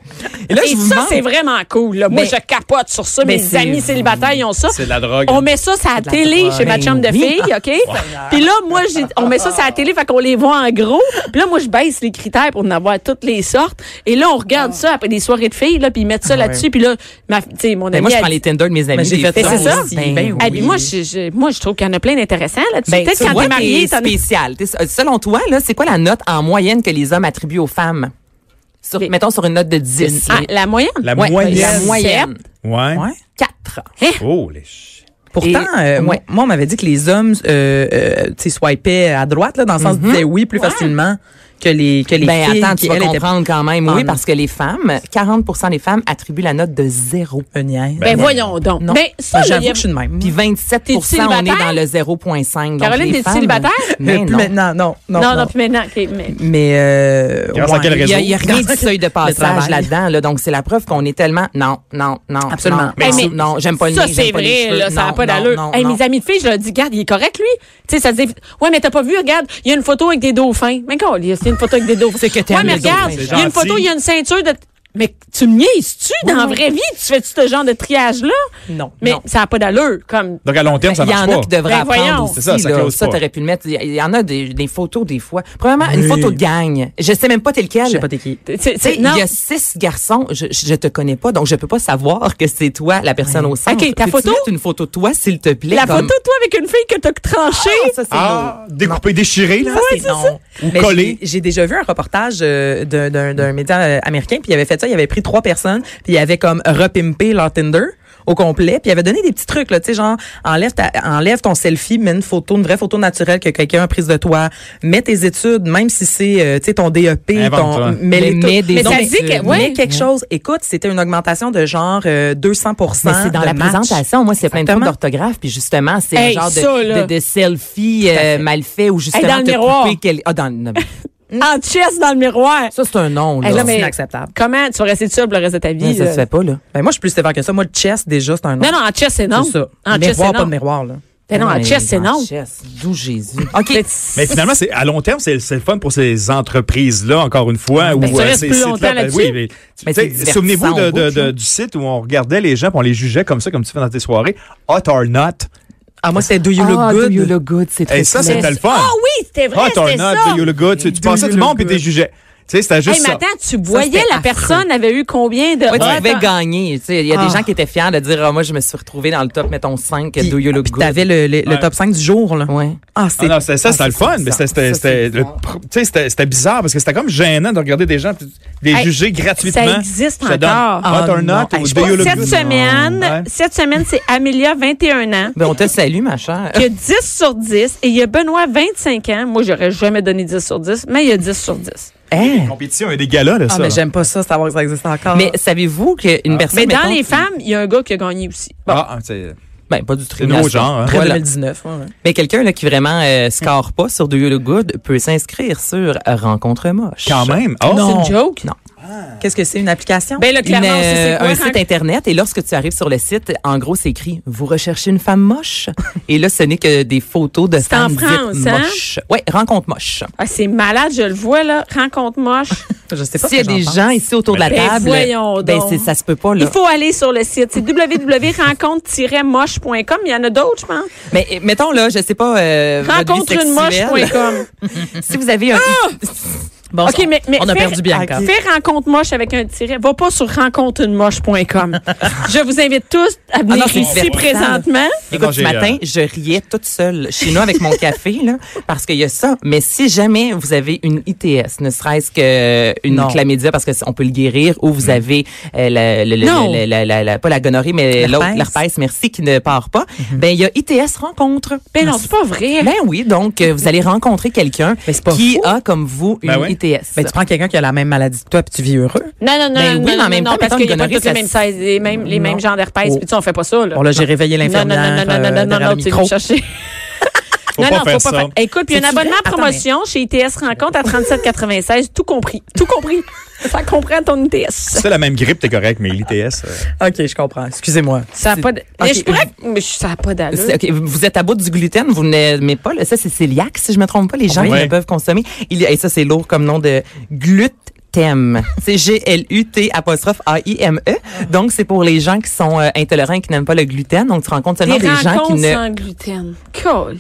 [SPEAKER 4] Et là,
[SPEAKER 1] Et
[SPEAKER 4] je vous
[SPEAKER 1] ça,
[SPEAKER 4] demande-
[SPEAKER 1] c'est vraiment cool. Là. Moi,
[SPEAKER 4] Mais-
[SPEAKER 1] je capote sur ça.
[SPEAKER 4] Mais
[SPEAKER 1] Mes
[SPEAKER 4] c'est-
[SPEAKER 1] amis célibataires, ils ont ça.
[SPEAKER 2] C'est de la drogue.
[SPEAKER 1] On met ça sur la
[SPEAKER 4] de la
[SPEAKER 1] télé
[SPEAKER 4] drogue.
[SPEAKER 1] chez ma chum de
[SPEAKER 4] Oui.
[SPEAKER 1] fille, OK? Puis là, moi, j'ai- on met ça sur la télé, fait qu'on les voit en gros. Puis là, moi, je baisse les critères pour en avoir toutes les sortes. Et là, on
[SPEAKER 4] Ah.
[SPEAKER 1] regarde ça après des soirées de filles, là, puis ils mettent ça là-dessus. Puis là, ma, tu sais, mon ami...
[SPEAKER 4] Ben, Ah moi, je
[SPEAKER 1] elle
[SPEAKER 4] prends
[SPEAKER 1] dit-
[SPEAKER 4] les Tinder de mes amis.
[SPEAKER 3] Mais j'ai
[SPEAKER 4] des
[SPEAKER 3] fait
[SPEAKER 4] fois.
[SPEAKER 1] ça Ben,
[SPEAKER 3] aussi. Ben
[SPEAKER 1] elle
[SPEAKER 3] oui.
[SPEAKER 1] dit, moi, je, je- moi, je trouve qu'il y en a plein d'intéressants là-dessus.
[SPEAKER 4] Ben,
[SPEAKER 1] Peut-être
[SPEAKER 4] tu
[SPEAKER 1] quand
[SPEAKER 4] vois,
[SPEAKER 1] t'es marié,
[SPEAKER 4] t'es
[SPEAKER 1] t'en as-
[SPEAKER 4] spécial. T'es- euh, selon toi, là, c'est quoi la note en moyenne que les hommes attribuent aux femmes? Sur,
[SPEAKER 1] Mais-
[SPEAKER 4] mettons sur une note de 10.
[SPEAKER 1] Ah, la moyenne?
[SPEAKER 2] La
[SPEAKER 4] Ouais,
[SPEAKER 2] moyenne.
[SPEAKER 4] La moyenne. Hein?
[SPEAKER 2] Ouais.
[SPEAKER 3] Ouais.
[SPEAKER 4] 4.
[SPEAKER 2] Oh, les chi-
[SPEAKER 3] Pourtant,
[SPEAKER 4] Et-
[SPEAKER 3] euh,
[SPEAKER 4] ouais.
[SPEAKER 3] moi, on m'avait dit que les hommes, euh, euh, tu sais, swipaient à droite, là, dans le sens qu'ils disaient oui plus facilement que les, que les
[SPEAKER 4] Mhm. Ben
[SPEAKER 3] filles
[SPEAKER 4] attends, tu
[SPEAKER 3] qui,
[SPEAKER 4] vas
[SPEAKER 3] elles, étaient
[SPEAKER 4] comprendre quand même.
[SPEAKER 3] Ah,
[SPEAKER 4] oui,
[SPEAKER 3] non.
[SPEAKER 4] parce que les femmes, 40 des femmes attribuent la note de zéro.
[SPEAKER 3] Euh, niaises.
[SPEAKER 1] Ben,
[SPEAKER 2] Ben,
[SPEAKER 1] voyons donc.
[SPEAKER 3] non.
[SPEAKER 1] Ben, ça,
[SPEAKER 3] Ben,
[SPEAKER 1] là,
[SPEAKER 3] j'avoue
[SPEAKER 1] il y a-
[SPEAKER 3] que je suis de même.
[SPEAKER 4] Puis 27
[SPEAKER 1] T'es-tu
[SPEAKER 4] on est
[SPEAKER 1] célibataire?
[SPEAKER 4] dans le 0,5. Donc,
[SPEAKER 1] Caroline,
[SPEAKER 4] les
[SPEAKER 1] t'es-tu
[SPEAKER 4] femmes- euh,
[SPEAKER 1] célibataire?
[SPEAKER 3] Mais
[SPEAKER 4] Mais
[SPEAKER 3] Euh, plus
[SPEAKER 4] non.
[SPEAKER 3] maintenant, non,
[SPEAKER 1] Non,
[SPEAKER 3] non,
[SPEAKER 1] non,
[SPEAKER 3] non.
[SPEAKER 1] puis maintenant, OK, mais...
[SPEAKER 3] Mais, euh,
[SPEAKER 2] Grâce à quel
[SPEAKER 4] Il
[SPEAKER 2] réseau?
[SPEAKER 4] y a, il y a
[SPEAKER 3] Réseau.
[SPEAKER 4] rien de seuil de passage
[SPEAKER 3] travail.
[SPEAKER 4] là-dedans. Là, donc, c'est la preuve qu'on est tellement... Non, non, non.
[SPEAKER 3] Absolument.
[SPEAKER 4] Non,
[SPEAKER 1] Hey,
[SPEAKER 4] non,
[SPEAKER 1] mais
[SPEAKER 4] non, j'aime pas le
[SPEAKER 1] Ça,
[SPEAKER 4] nez,
[SPEAKER 1] c'est
[SPEAKER 4] j'aime pas les
[SPEAKER 1] vrai,
[SPEAKER 4] cheveux.
[SPEAKER 1] là, ça n'a
[SPEAKER 4] Non,
[SPEAKER 1] pas
[SPEAKER 4] non,
[SPEAKER 1] d'allure.
[SPEAKER 4] non,
[SPEAKER 1] Hey,
[SPEAKER 4] non.
[SPEAKER 1] mes amis de filles, je leur dis, regarde, il est correct, lui. Tu sais, ça dit, ouais, mais t'as pas vu, regarde, il y a une photo avec des dauphins. Mais quand il y a une photo avec des dauphins.
[SPEAKER 3] C'est que t'aimes
[SPEAKER 1] Ouais, mais
[SPEAKER 3] les dauphins,
[SPEAKER 1] regarde,
[SPEAKER 2] c'est
[SPEAKER 1] il y a une
[SPEAKER 2] gentil.
[SPEAKER 1] photo, il y a une ceinture de. Mais tu me niaises-tu dans la vraie vie? Tu fais-tu ce genre de triage-là?
[SPEAKER 3] Non.
[SPEAKER 1] Mais
[SPEAKER 3] non.
[SPEAKER 1] ça n'a pas d'allure, comme.
[SPEAKER 2] Donc, à long terme, ça
[SPEAKER 4] Il y
[SPEAKER 2] marche
[SPEAKER 4] en
[SPEAKER 2] pas.
[SPEAKER 4] a qui devraient
[SPEAKER 1] Ben,
[SPEAKER 4] apprendre
[SPEAKER 1] voyons.
[SPEAKER 4] aussi.
[SPEAKER 2] C'est ça, ça
[SPEAKER 4] là.
[SPEAKER 2] close
[SPEAKER 4] ça
[SPEAKER 2] pas.
[SPEAKER 4] t'aurais pu le mettre. Il y- Il y en a des, des photos des fois. Premièrement, une photo de gang. Je sais même pas t'es lequel.
[SPEAKER 3] Je sais pas t'es qui.
[SPEAKER 1] Tu sais,
[SPEAKER 4] Tu sais, il
[SPEAKER 1] non.
[SPEAKER 4] y a six garçons, je, je je te connais pas, donc je peux pas savoir que c'est toi la personne au centre.
[SPEAKER 1] Ok, ta
[SPEAKER 4] Peux-tu
[SPEAKER 1] photo?
[SPEAKER 4] mettre une photo de toi, s'il te plaît.
[SPEAKER 1] La
[SPEAKER 4] comme-
[SPEAKER 1] photo, de toi, avec une fille que t'as tranchée.
[SPEAKER 4] Ah, ça, c'est
[SPEAKER 2] Ah,
[SPEAKER 4] beau.
[SPEAKER 2] découpé, déchiré, là.
[SPEAKER 3] Ça, c'est non.
[SPEAKER 2] Ou
[SPEAKER 3] Mais
[SPEAKER 2] collé.
[SPEAKER 3] j'ai- J'ai déjà vu un reportage euh, d'un- d'un d'un média euh, américain, puis il avait fait ça, il avait pris trois personnes, puis il avait comme repimpé leur Tinder au complet, puis il avait donné des petits trucs, là, tu sais, genre, enlève, ta- enlève ton selfie, mets une photo, une vraie photo naturelle que quelqu'un a prise de toi, mets tes études, même si c'est, euh, tu sais, ton DEP,
[SPEAKER 2] Invente-toi.
[SPEAKER 3] ton... mets-les
[SPEAKER 4] Mais
[SPEAKER 3] tous.
[SPEAKER 4] mets des
[SPEAKER 3] Donc,
[SPEAKER 1] études.
[SPEAKER 3] mets
[SPEAKER 1] Ouais.
[SPEAKER 3] quelque chose. Écoute, c'était une augmentation de genre euh, 200
[SPEAKER 4] Mais c'est dans
[SPEAKER 3] de
[SPEAKER 4] la
[SPEAKER 3] match.
[SPEAKER 4] présentation. Moi, c'est plein de fautes
[SPEAKER 3] Exactement.
[SPEAKER 4] d'orthographe. Puis justement, c'est
[SPEAKER 1] Hey,
[SPEAKER 4] un genre de,
[SPEAKER 1] ça, là.
[SPEAKER 4] de, de selfie euh, mal fait ou justement
[SPEAKER 1] dans le
[SPEAKER 4] t'as
[SPEAKER 1] miroir.
[SPEAKER 4] coupé quel- ah, dans le- non, mais
[SPEAKER 1] En chess dans le miroir.
[SPEAKER 4] Ça, c'est un nom. Là.
[SPEAKER 1] Hey, là, mais-
[SPEAKER 3] C'est inacceptable.
[SPEAKER 1] Comment tu vas rester seul pour le reste de ta
[SPEAKER 4] Mais
[SPEAKER 1] vie?
[SPEAKER 4] ça
[SPEAKER 1] là?
[SPEAKER 4] se fait pas, là.
[SPEAKER 3] Ben, moi, je suis plus sévère que ça. Moi, le chess, déjà, c'est un nom.
[SPEAKER 1] Non, non, en chess, c'est non.
[SPEAKER 3] C'est ça.
[SPEAKER 1] En chess,
[SPEAKER 3] miroir,
[SPEAKER 1] c'est
[SPEAKER 3] pas de
[SPEAKER 1] non.
[SPEAKER 3] miroir, là.
[SPEAKER 1] Ben Non, en chess, c'est
[SPEAKER 4] en
[SPEAKER 1] non.
[SPEAKER 4] chess, D'où Jésus. OK.
[SPEAKER 2] Mais finalement, c'est à long terme, c'est c'est le fun pour ces entreprises-là, encore une fois. où,
[SPEAKER 1] tu
[SPEAKER 2] euh,
[SPEAKER 1] restes
[SPEAKER 2] ces
[SPEAKER 1] plus
[SPEAKER 2] sites-là,
[SPEAKER 1] longtemps
[SPEAKER 2] ben
[SPEAKER 1] là-dessus.
[SPEAKER 2] oui, mais, tu
[SPEAKER 4] Mais
[SPEAKER 2] sais,
[SPEAKER 4] c'est
[SPEAKER 2] Souvenez-vous de-
[SPEAKER 4] divertissant
[SPEAKER 2] de-
[SPEAKER 4] au bout,
[SPEAKER 2] de- du site où on regardait les gens, puis on les jugeait comme ça, comme tu fais dans tes soirées, hot or not.
[SPEAKER 3] Ah, moi, c'était Do You
[SPEAKER 4] Ah,
[SPEAKER 3] Look Good.
[SPEAKER 4] Do you look good, c'est
[SPEAKER 2] Et
[SPEAKER 4] très
[SPEAKER 2] ça,
[SPEAKER 4] cool.
[SPEAKER 2] c'était le fun.
[SPEAKER 1] Ah oui, c'était vrai,
[SPEAKER 2] Hot or
[SPEAKER 1] c'était
[SPEAKER 2] not,
[SPEAKER 1] ça.
[SPEAKER 2] do you look good. Tu, tu
[SPEAKER 3] Do
[SPEAKER 2] pensais
[SPEAKER 3] you
[SPEAKER 2] du monde,
[SPEAKER 3] look
[SPEAKER 2] puis t'es
[SPEAKER 3] good.
[SPEAKER 2] jugeais. Tu sais, c'était juste
[SPEAKER 1] Hey, mais
[SPEAKER 2] ça.
[SPEAKER 1] attends, tu voyais
[SPEAKER 3] c'était
[SPEAKER 1] la
[SPEAKER 3] affreux.
[SPEAKER 1] personne avait eu combien de.
[SPEAKER 4] Ouais, tu
[SPEAKER 1] Ah,
[SPEAKER 4] pouvais
[SPEAKER 1] attends.
[SPEAKER 4] gagner. tu sais. Il y a
[SPEAKER 3] Ah.
[SPEAKER 4] des gens qui étaient fiers de dire Ah, Moi, je me suis retrouvé dans le top, mettons 5
[SPEAKER 3] Puis
[SPEAKER 4] Do You Look
[SPEAKER 3] puis
[SPEAKER 4] Good.
[SPEAKER 3] t'avais le, le, le
[SPEAKER 2] Ouais.
[SPEAKER 3] top 5 du jour, là.
[SPEAKER 4] Ouais.
[SPEAKER 3] Ah, c'est.
[SPEAKER 2] Ah non, c'était ça,
[SPEAKER 4] Ah,
[SPEAKER 2] c'était le
[SPEAKER 4] c'est
[SPEAKER 2] fun,
[SPEAKER 4] bizarre.
[SPEAKER 2] mais c'était- c'était-
[SPEAKER 4] Ça,
[SPEAKER 2] c'était
[SPEAKER 4] c'est
[SPEAKER 2] le-
[SPEAKER 4] bizarre.
[SPEAKER 2] tu sais, c'était c'était bizarre parce que c'était comme gênant de regarder des gens les
[SPEAKER 1] Hey,
[SPEAKER 2] juger gratuitement.
[SPEAKER 1] ça existe
[SPEAKER 2] Je te donne
[SPEAKER 1] encore.
[SPEAKER 2] Hot
[SPEAKER 3] Ah
[SPEAKER 2] or
[SPEAKER 3] non.
[SPEAKER 2] not
[SPEAKER 3] Hey,
[SPEAKER 2] ou
[SPEAKER 3] je
[SPEAKER 2] Do You
[SPEAKER 3] pense
[SPEAKER 2] Look
[SPEAKER 1] Cette
[SPEAKER 2] Good?
[SPEAKER 1] semaine,
[SPEAKER 2] Ouais.
[SPEAKER 1] cette semaine, c'est Amelia, 21 ans.
[SPEAKER 4] Ben, on te salue, ma chère.
[SPEAKER 1] qui a 10 sur 10 et il y a Benoît 25 ans. Moi, j'aurais jamais donné 10 sur 10, mais il y a 10 sur 10.
[SPEAKER 4] Hein?
[SPEAKER 2] Compétition et des galas, là,
[SPEAKER 3] Ah,
[SPEAKER 2] ça.
[SPEAKER 3] mais
[SPEAKER 2] là.
[SPEAKER 3] j'aime pas ça, savoir que ça existe encore. Ah.
[SPEAKER 4] Mais savez-vous qu'une personne.
[SPEAKER 1] Mais dans
[SPEAKER 4] mettons,
[SPEAKER 1] les
[SPEAKER 4] qui-
[SPEAKER 1] femmes, il y a un gars qui a gagné aussi. Bon.
[SPEAKER 2] Ah, c'est
[SPEAKER 4] Ben, pas du
[SPEAKER 2] c'est nouveau
[SPEAKER 4] tribunal.
[SPEAKER 2] genre. hein.
[SPEAKER 3] après
[SPEAKER 4] voilà.
[SPEAKER 3] 2019, ouais, ouais.
[SPEAKER 4] Mais quelqu'un là, qui vraiment euh, score pas sur Do You Look Good peut s'inscrire sur Rencontre Moche.
[SPEAKER 2] Quand même. Oh,
[SPEAKER 1] C'est une joke?
[SPEAKER 4] Non.
[SPEAKER 3] Qu'est-ce que c'est, une application?
[SPEAKER 1] Ben là,
[SPEAKER 4] Une,
[SPEAKER 1] clairement, on sait
[SPEAKER 4] euh,
[SPEAKER 1] c'est quoi,
[SPEAKER 4] un
[SPEAKER 1] hein?
[SPEAKER 4] site internet et lorsque tu arrives sur le site, en gros, c'est écrit vous recherchez une femme moche et là, ce n'est que des photos de
[SPEAKER 1] C'est en
[SPEAKER 4] femmes dites
[SPEAKER 1] France, hein?
[SPEAKER 4] moches. Ouais, rencontre moche.
[SPEAKER 1] Ah, c'est malade, je le vois, là. Rencontre moche.
[SPEAKER 3] je sais pas.
[SPEAKER 4] S'il y a
[SPEAKER 3] ce que
[SPEAKER 4] des
[SPEAKER 3] j'en pense.
[SPEAKER 4] gens ici autour de la
[SPEAKER 1] Ben,
[SPEAKER 4] table,
[SPEAKER 1] voyons
[SPEAKER 4] ben
[SPEAKER 1] donc.
[SPEAKER 4] c'est- ça se peut pas là.
[SPEAKER 1] Il faut aller sur le site. C'est www.rencontre-moche.com. Il y en a d'autres, je pense.
[SPEAKER 4] Mais euh, mettons là, je sais pas euh, votre vie sexuelle.
[SPEAKER 1] Rencontre-une-moche.com.
[SPEAKER 4] Si vous avez un
[SPEAKER 1] Ah,
[SPEAKER 3] Bon,
[SPEAKER 1] OK, mais, mais
[SPEAKER 3] on a
[SPEAKER 1] fais-
[SPEAKER 3] perdu Bianca.
[SPEAKER 1] OK. Fais rencontre-moche avec un tiret. Va pas sur rencontreunmoche.com. je vous invite tous à venir
[SPEAKER 4] non, c'est
[SPEAKER 1] ici
[SPEAKER 4] divertissant.
[SPEAKER 1] présentement.
[SPEAKER 2] Non, non,
[SPEAKER 4] Écoute, ce
[SPEAKER 2] j'ai,
[SPEAKER 4] matin,
[SPEAKER 2] euh,
[SPEAKER 4] je riais toute seule chez nous avec mon café, là, parce qu'il y a ça. Mais si jamais vous avez une ITS, ne serait-ce que euh, une
[SPEAKER 3] Non.
[SPEAKER 4] chlamydia, parce que c- on peut le guérir, ou vous avez euh, la, le- le-
[SPEAKER 1] Non.
[SPEAKER 4] le- la- la- la- pas la gonorrhée, mais
[SPEAKER 3] L'herpès.
[SPEAKER 4] l'autre, l'herpès, merci, qui ne part pas, ben il y a ITS rencontre.
[SPEAKER 1] Ben non, c'est pas vrai.
[SPEAKER 4] Ben oui, donc euh, vous allez rencontrer quelqu'un
[SPEAKER 3] Mais c'est pas
[SPEAKER 4] qui
[SPEAKER 3] fou.
[SPEAKER 4] a comme vous une
[SPEAKER 2] Ben oui.
[SPEAKER 4] ITS.
[SPEAKER 3] Ben, tu prends quelqu'un qui a la même maladie que toi puis tu vis heureux.
[SPEAKER 1] Non, non, non,
[SPEAKER 4] Ben
[SPEAKER 1] non,
[SPEAKER 4] oui, mais en
[SPEAKER 1] non,
[SPEAKER 4] même
[SPEAKER 1] non,
[SPEAKER 4] temps,
[SPEAKER 1] parce
[SPEAKER 4] mettons,
[SPEAKER 1] qu'il n'y a
[SPEAKER 4] une
[SPEAKER 1] pas tous les
[SPEAKER 4] gonorrhée,
[SPEAKER 1] mêmes,
[SPEAKER 4] ça-
[SPEAKER 1] size, les mêmes, les mêmes
[SPEAKER 3] Non.
[SPEAKER 1] genres d'herpès.
[SPEAKER 3] Oh.
[SPEAKER 1] Puis tu sais, on fait pas ça, là.
[SPEAKER 3] Bon, là, j'ai réveillé
[SPEAKER 1] non, non, non,
[SPEAKER 3] l'infirmière.
[SPEAKER 1] non, non,
[SPEAKER 3] euh,
[SPEAKER 1] non, non,
[SPEAKER 3] derrière
[SPEAKER 1] non,
[SPEAKER 3] le
[SPEAKER 1] tu
[SPEAKER 3] micro.
[SPEAKER 1] vas chercher.
[SPEAKER 2] Faut
[SPEAKER 1] non,
[SPEAKER 2] pas
[SPEAKER 1] non,
[SPEAKER 2] faire
[SPEAKER 1] faut pas
[SPEAKER 2] ça.
[SPEAKER 1] faire. Écoute, puis un
[SPEAKER 3] C'est-tu
[SPEAKER 1] abonnement
[SPEAKER 3] vrai? Attends,
[SPEAKER 1] promotion chez ITS Rencontre à 37,96, tout compris. Tout compris. Ça comprend ton
[SPEAKER 2] Si
[SPEAKER 1] ITS.
[SPEAKER 2] t'as la même grippe, t'es correct, mais l'ITS. euh,
[SPEAKER 3] OK, je comprends. Excusez-moi.
[SPEAKER 1] Ça n'a pas de... Mais
[SPEAKER 3] Ok.
[SPEAKER 1] je pourrais... Mais je- ça n'a pas d'allure.
[SPEAKER 4] C'est- ok, vous êtes à bout du gluten, vous n'aimez pas. Là, ça, c'est celiac, si je me trompe pas. Les gens qui
[SPEAKER 2] Oui.
[SPEAKER 4] ne peuvent consommer. Il, y a- et ça, c'est lourd comme nom de gluten. C'est G-L-U-T apostrophe A-I-M-E. E. Donc, c'est pour les gens qui sont euh, intolérants et qui n'aiment pas le gluten. Donc, tu rencontres
[SPEAKER 1] Des
[SPEAKER 4] seulement des, gens qui
[SPEAKER 1] rencontres hein.
[SPEAKER 4] ne...
[SPEAKER 1] sans gluten. Cool.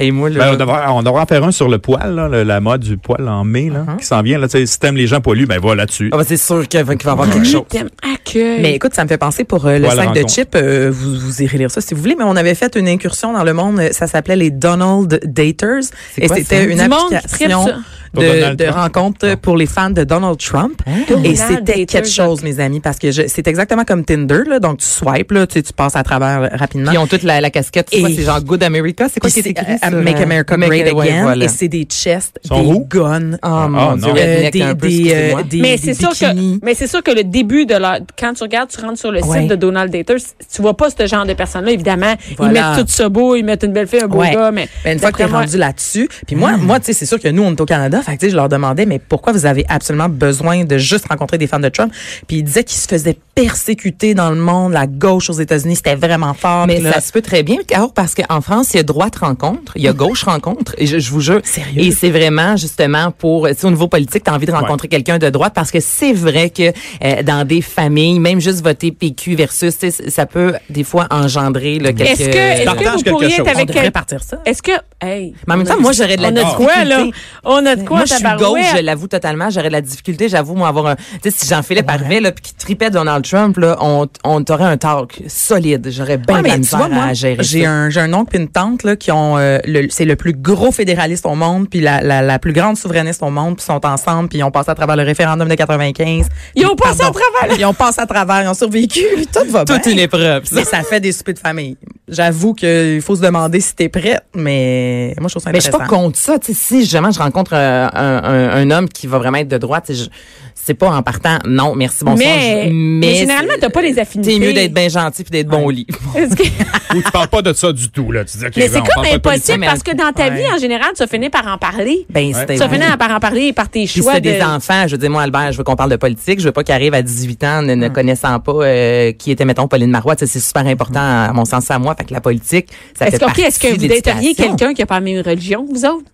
[SPEAKER 4] Et moi,
[SPEAKER 2] ben,
[SPEAKER 4] là,
[SPEAKER 2] on devrait on devrait en faire un sur le poil, là, le- la mode du poil en mai,
[SPEAKER 1] Uh-huh.
[SPEAKER 2] là, qui s'en vient. Là, tu sais, si t'aimes les gens poilus, ben va là-dessus.
[SPEAKER 4] ah, ben, c'est sûr qu'il va qu'il va y avoir quelque chose.
[SPEAKER 1] Gluten accueil.
[SPEAKER 3] Mais écoute, ça me fait penser pour euh, le
[SPEAKER 2] Voilà,
[SPEAKER 3] sac de
[SPEAKER 2] rencontre.
[SPEAKER 3] chips. euh, vous, vous irez lire ça si vous voulez, mais on avait fait une incursion dans le monde. euh, Ça s'appelait les Donald Daters.
[SPEAKER 4] C'est
[SPEAKER 3] Et
[SPEAKER 4] quoi
[SPEAKER 3] c'était
[SPEAKER 4] ça?
[SPEAKER 3] une
[SPEAKER 1] Du monde qui
[SPEAKER 3] application
[SPEAKER 1] tripe ça.
[SPEAKER 2] Pour
[SPEAKER 3] de,
[SPEAKER 2] Donald
[SPEAKER 3] de
[SPEAKER 2] Trump?
[SPEAKER 3] rencontres pour les fans de Donald Trump.
[SPEAKER 4] Hein?
[SPEAKER 3] Et
[SPEAKER 1] Donald
[SPEAKER 3] c'était
[SPEAKER 1] Daters,
[SPEAKER 3] quelque chose, mes amis, parce que je- c'est exactement comme Tinder. Là, donc, tu swipes, là, tu, sais, tu passes à travers euh, rapidement.
[SPEAKER 4] Ils ont toute la, la casquette. C'est
[SPEAKER 3] Et-
[SPEAKER 4] quoi, c'est genre Good America? C'est quoi
[SPEAKER 3] Puis
[SPEAKER 4] qui est
[SPEAKER 3] c'est,
[SPEAKER 4] écrit
[SPEAKER 3] euh,
[SPEAKER 4] sur,
[SPEAKER 3] Make
[SPEAKER 4] euh,
[SPEAKER 3] America
[SPEAKER 4] Make-
[SPEAKER 3] Great
[SPEAKER 4] ouais,
[SPEAKER 3] Again.
[SPEAKER 4] voilà.
[SPEAKER 3] Et c'est des chests,
[SPEAKER 2] Sont
[SPEAKER 3] des
[SPEAKER 2] où?
[SPEAKER 3] guns.
[SPEAKER 4] Oh
[SPEAKER 2] Ah,
[SPEAKER 4] mon Dieu,
[SPEAKER 2] non.
[SPEAKER 4] redneck
[SPEAKER 3] des,
[SPEAKER 4] un peu,
[SPEAKER 3] des, euh,
[SPEAKER 4] excusez-moi.
[SPEAKER 3] des-
[SPEAKER 1] mais
[SPEAKER 3] des
[SPEAKER 1] c'est sûr
[SPEAKER 3] bikinis.
[SPEAKER 1] que mais c'est sûr que le début de la quand tu regardes tu rentres sur le
[SPEAKER 4] Ouais.
[SPEAKER 1] site de Donald Daters tu vois pas ce genre de personnes là évidemment ils
[SPEAKER 3] Voilà.
[SPEAKER 1] mettent tout ça beau ils mettent une belle fille un beau
[SPEAKER 3] Ouais.
[SPEAKER 1] gars mais
[SPEAKER 3] Ben, une fois que t'es
[SPEAKER 1] d'après moi-
[SPEAKER 3] rendu là-dessus, puis moi, moi, tu sais, c'est sûr que nous, on est au Canada, fait que, tu sais, je leur demandais, mais pourquoi vous avez absolument besoin de juste rencontrer des fans de Trump? Puis ils disaient qu'ils se faisaient persécuter dans le monde, la gauche aux États-Unis, c'était vraiment fort.
[SPEAKER 4] Mais
[SPEAKER 3] Puis là,
[SPEAKER 4] ça se peut très bien, Caro, parce qu'en France, il y a droite rencontre, il y a gauche rencontre, et je, je vous jure.
[SPEAKER 3] Sérieux?
[SPEAKER 4] Et c'est vraiment, justement, pour, tu sais, au niveau politique, tu as envie de rencontrer quelqu'un de droite, parce que c'est vrai que euh, dans des familles, même juste voter PQ versus, tu sais, ça peut, des fois, engendrer là, quelques...
[SPEAKER 1] est-ce que est-ce que
[SPEAKER 2] partages
[SPEAKER 1] vous
[SPEAKER 2] quelque
[SPEAKER 1] pourriez
[SPEAKER 2] chose.
[SPEAKER 1] être
[SPEAKER 3] on
[SPEAKER 1] avec
[SPEAKER 3] devrait
[SPEAKER 1] quel-
[SPEAKER 3] partir ça.
[SPEAKER 1] est-ce que hey
[SPEAKER 4] Mais en même
[SPEAKER 1] on a-
[SPEAKER 4] temps, moi, j'aurais de la
[SPEAKER 1] on a de quoi là
[SPEAKER 4] difficulté.
[SPEAKER 1] on a de quoi
[SPEAKER 4] Moi, je suis gauche,
[SPEAKER 1] tabarouette?
[SPEAKER 4] je l'avoue totalement. J'aurais de la difficulté, j'avoue, moi, avoir un. Tu sais, si Jean-Philippe arrivait, là, puis qu'il tripait Donald Trump, là, on, on t'aurait un talk solide. J'aurais bien
[SPEAKER 3] Ouais,
[SPEAKER 4] de la
[SPEAKER 3] mais tu
[SPEAKER 4] misère
[SPEAKER 3] vois, moi,
[SPEAKER 4] à gérer.
[SPEAKER 3] j'ai
[SPEAKER 4] ça.
[SPEAKER 3] un, j'ai un oncle et une tante là, qui ont euh, le- c'est le plus gros fédéraliste au monde, puis la, la, la plus grande souverainiste au monde, puis sont ensemble, puis ils ont passé à travers le référendum de 95.
[SPEAKER 1] Ils ont passé à
[SPEAKER 3] travers. Ils ont passé à travers, ils ont survécu, puis tout va bien.
[SPEAKER 4] Toute une épreuve, ça.
[SPEAKER 3] Mais ça fait des soupers de famille. J'avoue qu'il faut se demander si t'es prête, mais moi, je trouve ça
[SPEAKER 4] Mais je suis
[SPEAKER 3] intéressant.
[SPEAKER 4] pas contre ça. Tu sais, si jamais je rencontre euh, un, un- un homme qui va vraiment être de droite, tu sais, je- c'est pas en partant. Non, merci, bonsoir.
[SPEAKER 1] Mais-
[SPEAKER 4] je-
[SPEAKER 1] mais généralement, t'as pas les affinités.
[SPEAKER 4] T'es mieux d'être bien gentil puis d'être bon au lit.
[SPEAKER 1] Est-ce que-
[SPEAKER 2] Ah, Ou tu parles pas de ça du tout. Là. Tu dis, OK,
[SPEAKER 1] mais
[SPEAKER 2] ben,
[SPEAKER 1] c'est
[SPEAKER 2] on
[SPEAKER 1] comme
[SPEAKER 2] parle pas de politique.
[SPEAKER 1] impossible
[SPEAKER 4] mais-
[SPEAKER 1] parce que dans ta
[SPEAKER 3] Ouais.
[SPEAKER 1] vie en général tu finis par en parler
[SPEAKER 4] Ben,
[SPEAKER 1] tu
[SPEAKER 4] c'était
[SPEAKER 1] finis par en parler par tes
[SPEAKER 4] Puis si
[SPEAKER 1] choix
[SPEAKER 4] t'as
[SPEAKER 1] de
[SPEAKER 4] des enfants, je veux dire, moi, Albert, je veux qu'on parle de politique. Je veux pas qu'il arrive à 18 ans ne, ne connaissant pas euh, qui était, mettons, Pauline Marois. Tu sais, C'est super important, à mon sens, à moi. Fait que la politique, ça fait
[SPEAKER 1] est-ce que, ok,
[SPEAKER 4] partie
[SPEAKER 1] est-ce que
[SPEAKER 4] de
[SPEAKER 1] vous dateriez
[SPEAKER 4] l'éducation.
[SPEAKER 1] quelqu'un qui a pas la même religion que vous autres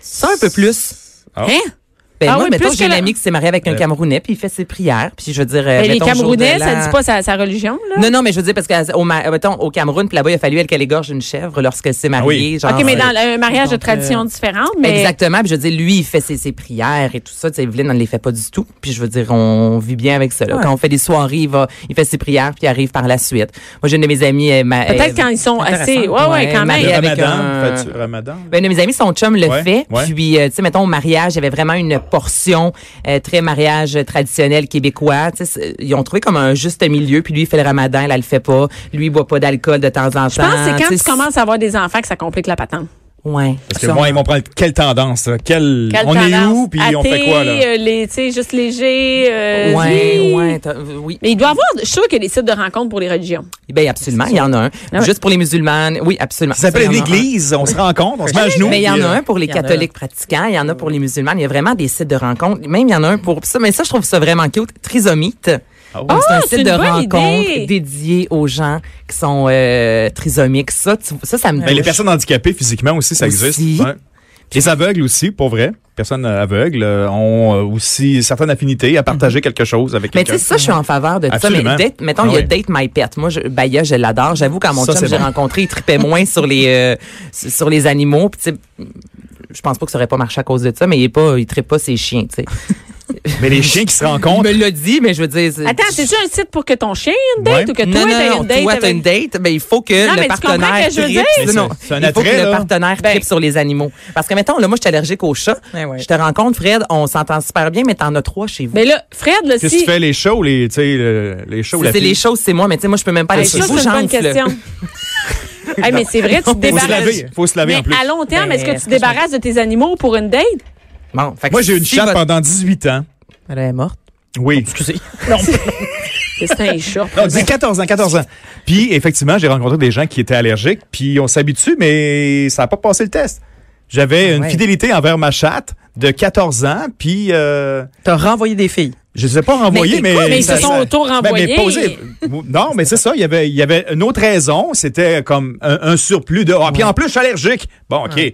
[SPEAKER 4] Ça, un peu plus.
[SPEAKER 2] Ah.
[SPEAKER 1] hein
[SPEAKER 3] Ben,
[SPEAKER 1] Ah
[SPEAKER 3] moi,
[SPEAKER 1] oui,
[SPEAKER 3] mettons,
[SPEAKER 1] plus que
[SPEAKER 3] j'ai un
[SPEAKER 1] la-
[SPEAKER 3] ami qui s'est marié avec un
[SPEAKER 2] Ouais.
[SPEAKER 3] Camerounais, puis il fait ses prières. Puis je veux
[SPEAKER 4] Ben,
[SPEAKER 3] dire, euh,
[SPEAKER 1] Mais les
[SPEAKER 3] mettons, jour de
[SPEAKER 1] Camerounais, ça
[SPEAKER 3] l'an.
[SPEAKER 1] dit pas sa, sa religion, là?
[SPEAKER 3] Non, non, mais je veux dire, parce que au, ma- mettons, au Cameroun, puis là-bas, il a fallu elle qu'elle égorge une chèvre lorsqu'elle s'est mariée.
[SPEAKER 2] oui.
[SPEAKER 3] genre,
[SPEAKER 1] Ah OK, mais
[SPEAKER 3] euh,
[SPEAKER 1] dans un mariage de
[SPEAKER 3] Donc,
[SPEAKER 1] tradition différente, mais.
[SPEAKER 3] Exactement. Puis je veux dire, lui, il fait ses, ses prières et tout ça. Tu sais, Evelyne, on ne les fait pas du tout. Puis je veux dire, on vit bien avec ça. là.
[SPEAKER 4] Ouais.
[SPEAKER 3] Quand on fait des soirées, il, va, il fait ses prières, puis il arrive par la suite. Moi, j'ai une de mes amies... elle m'a-
[SPEAKER 1] Peut-être
[SPEAKER 3] elle-
[SPEAKER 1] quand ils sont assez. Ouais, ouais,
[SPEAKER 3] Ouais,
[SPEAKER 1] quand
[SPEAKER 3] mais-
[SPEAKER 1] même.
[SPEAKER 2] Le
[SPEAKER 3] Et avec
[SPEAKER 2] ramadan,
[SPEAKER 3] un-
[SPEAKER 2] fais-tu ramadan?
[SPEAKER 3] Ben, une de mes amies, son chum le
[SPEAKER 2] Ouais,
[SPEAKER 3] fait.
[SPEAKER 2] ouais.
[SPEAKER 3] Puis, euh, tu sais, mettons, au mariage, il y avait vraiment une portion euh, très mariage traditionnel québécois. Tu sais, c'est- ils ont trouvé comme un juste milieu. Puis lui, il fait le ramadan, elle, elle le fait pas. Lui, il boit pas d'alcool de temps en temps.
[SPEAKER 1] Je pense que c'est quand
[SPEAKER 3] sais,
[SPEAKER 1] tu commences à avoir des enfants que ça complique la patente.
[SPEAKER 3] Ouais.
[SPEAKER 2] Parce que moi, ils vont prendre quelle tendance? là? Quelle-
[SPEAKER 1] Quelle
[SPEAKER 2] on est
[SPEAKER 1] tendance?
[SPEAKER 2] où, puis on fait quoi?
[SPEAKER 1] Athée,
[SPEAKER 2] là?
[SPEAKER 1] euh, les, tu sais, juste léger. euh,
[SPEAKER 3] Ouais,
[SPEAKER 1] oui.
[SPEAKER 3] ouais, t'as- euh, oui.
[SPEAKER 1] Mais il doit y avoir, je suis sûre qu'il y a des sites de rencontres pour les religions.
[SPEAKER 3] Ben absolument, il y en a un.
[SPEAKER 1] Ah ouais.
[SPEAKER 3] Juste pour les musulmanes, oui, absolument.
[SPEAKER 2] Ça s'appelle
[SPEAKER 3] il
[SPEAKER 2] une
[SPEAKER 3] y en a un.
[SPEAKER 2] église, on se rencontre, on se met à genoux.
[SPEAKER 3] Mais il y en
[SPEAKER 2] puis,
[SPEAKER 3] a
[SPEAKER 2] euh,
[SPEAKER 3] un pour les
[SPEAKER 4] Il y en a un.
[SPEAKER 3] catholiques pratiquants, il y en a pour les musulmans. Il y a vraiment des sites de rencontres. Même il y en a un pour ça, mais ça je trouve ça vraiment cute. Trisomite.
[SPEAKER 2] Ah oui.
[SPEAKER 3] Donc, c'est
[SPEAKER 1] Ah,
[SPEAKER 3] un
[SPEAKER 1] c'est
[SPEAKER 3] site de
[SPEAKER 1] une bonne
[SPEAKER 3] rencontre
[SPEAKER 1] idée.
[SPEAKER 3] dédié aux gens qui sont euh, trisomiques. Ça, tu- ça, ça me
[SPEAKER 2] Mais ben, les
[SPEAKER 3] touche.
[SPEAKER 2] personnes handicapées physiquement aussi, ça
[SPEAKER 3] Aussi.
[SPEAKER 2] existe. Ouais. Les aveugles aussi, pour vrai. Personnes euh, aveugles euh, ont euh, aussi certaines affinités à partager quelque chose avec
[SPEAKER 3] Mhm. Mais tu
[SPEAKER 2] quelqu'un.
[SPEAKER 3] sais, ça, je suis en faveur de ça.
[SPEAKER 2] Absolument.
[SPEAKER 3] Mais date, mettons, il
[SPEAKER 2] Ah
[SPEAKER 3] y a Date My Pet. Moi, je, Baya, je l'adore. J'avoue, quand mon
[SPEAKER 2] Ça,
[SPEAKER 3] chum,
[SPEAKER 2] c'est
[SPEAKER 3] j'ai
[SPEAKER 2] bon.
[SPEAKER 3] rencontré, il tripait moins sur les, euh, s- sur les animaux. Puis, tu sais, je pense pas que ça aurait pas marché à cause de ça, mais il est pas, il tripe pas ses chiens, tu sais.
[SPEAKER 2] Mais les chiens qui se
[SPEAKER 3] Il
[SPEAKER 2] rencontrent,
[SPEAKER 3] me l'a dit, mais je veux dire. c'est-
[SPEAKER 1] Attends, c'est-tu un site pour que ton chien ait une date
[SPEAKER 2] Ouais.
[SPEAKER 1] ou que toi,
[SPEAKER 3] Euh, non,
[SPEAKER 1] t'aies
[SPEAKER 3] non,
[SPEAKER 1] une
[SPEAKER 3] non,
[SPEAKER 1] date?
[SPEAKER 3] toi, t'as
[SPEAKER 1] avec-
[SPEAKER 3] une date, ben, il faut que
[SPEAKER 1] Non,
[SPEAKER 3] le
[SPEAKER 1] mais tu comprends
[SPEAKER 3] partenaire
[SPEAKER 1] que je veux
[SPEAKER 3] tripe.
[SPEAKER 1] dire?
[SPEAKER 3] Mais
[SPEAKER 2] c'est-
[SPEAKER 3] Non,
[SPEAKER 2] c'est un
[SPEAKER 3] il faut que
[SPEAKER 2] attrait,
[SPEAKER 3] le
[SPEAKER 2] là.
[SPEAKER 3] partenaire
[SPEAKER 1] Ben.
[SPEAKER 3] tripe sur les animaux. Parce que, mettons, là, moi, je suis allergique aux chats.
[SPEAKER 4] Eh ouais.
[SPEAKER 3] Je te rencontre, Fred, on s'entend super bien, mais t'en as trois chez vous.
[SPEAKER 1] Mais Ben là, Fred, là,
[SPEAKER 2] qu'est-ce que
[SPEAKER 1] si.
[SPEAKER 2] tu fais? Les chats ou les, tu sais, le- les chats ou la
[SPEAKER 3] C'est les
[SPEAKER 2] fille?
[SPEAKER 3] choses, c'est moi, mais tu sais, moi, je peux même pas
[SPEAKER 1] Hey,
[SPEAKER 3] aller
[SPEAKER 1] Ah, ça,
[SPEAKER 3] chez
[SPEAKER 1] c'est
[SPEAKER 3] vous,
[SPEAKER 1] une bonne
[SPEAKER 3] chance, là.
[SPEAKER 1] question. Hey, mais c'est vrai, tu te
[SPEAKER 3] Faut
[SPEAKER 2] Faut
[SPEAKER 3] se
[SPEAKER 2] se
[SPEAKER 1] débarrasses.
[SPEAKER 2] laver, faut se laver
[SPEAKER 1] Mais
[SPEAKER 2] en plus.
[SPEAKER 1] à long terme,
[SPEAKER 3] Ben,
[SPEAKER 1] est-ce que tu te
[SPEAKER 3] franchement.
[SPEAKER 1] débarrasses de tes animaux pour une date?
[SPEAKER 3] Bon, fait que
[SPEAKER 2] Moi, j'ai eu une
[SPEAKER 3] si
[SPEAKER 2] chatte
[SPEAKER 3] votre-
[SPEAKER 2] pendant 18 ans.
[SPEAKER 3] Elle est morte.
[SPEAKER 2] Oui.
[SPEAKER 1] C'est un chat.
[SPEAKER 2] Non, dis 14 ans, 14 ans. Puis, effectivement, j'ai rencontré des gens qui étaient allergiques, puis on s'habitue, mais ça n'a pas passé le test. J'avais une
[SPEAKER 3] ouais.
[SPEAKER 2] fidélité envers ma chatte de 14 ans, puis euh,
[SPEAKER 4] T'as renvoyé des filles.
[SPEAKER 2] je ne les ai pas renvoyées,
[SPEAKER 1] Mais
[SPEAKER 2] mais...
[SPEAKER 1] écoute, mais ils
[SPEAKER 2] ça-
[SPEAKER 1] se sont
[SPEAKER 2] ça-
[SPEAKER 1] auto-renvoyés.
[SPEAKER 2] Ben, mais posé- Non, mais c'est ça, il y avait, il y avait une autre raison, c'était comme un, un surplus de... Ah, puis en plus, je suis allergique. Bon, OK.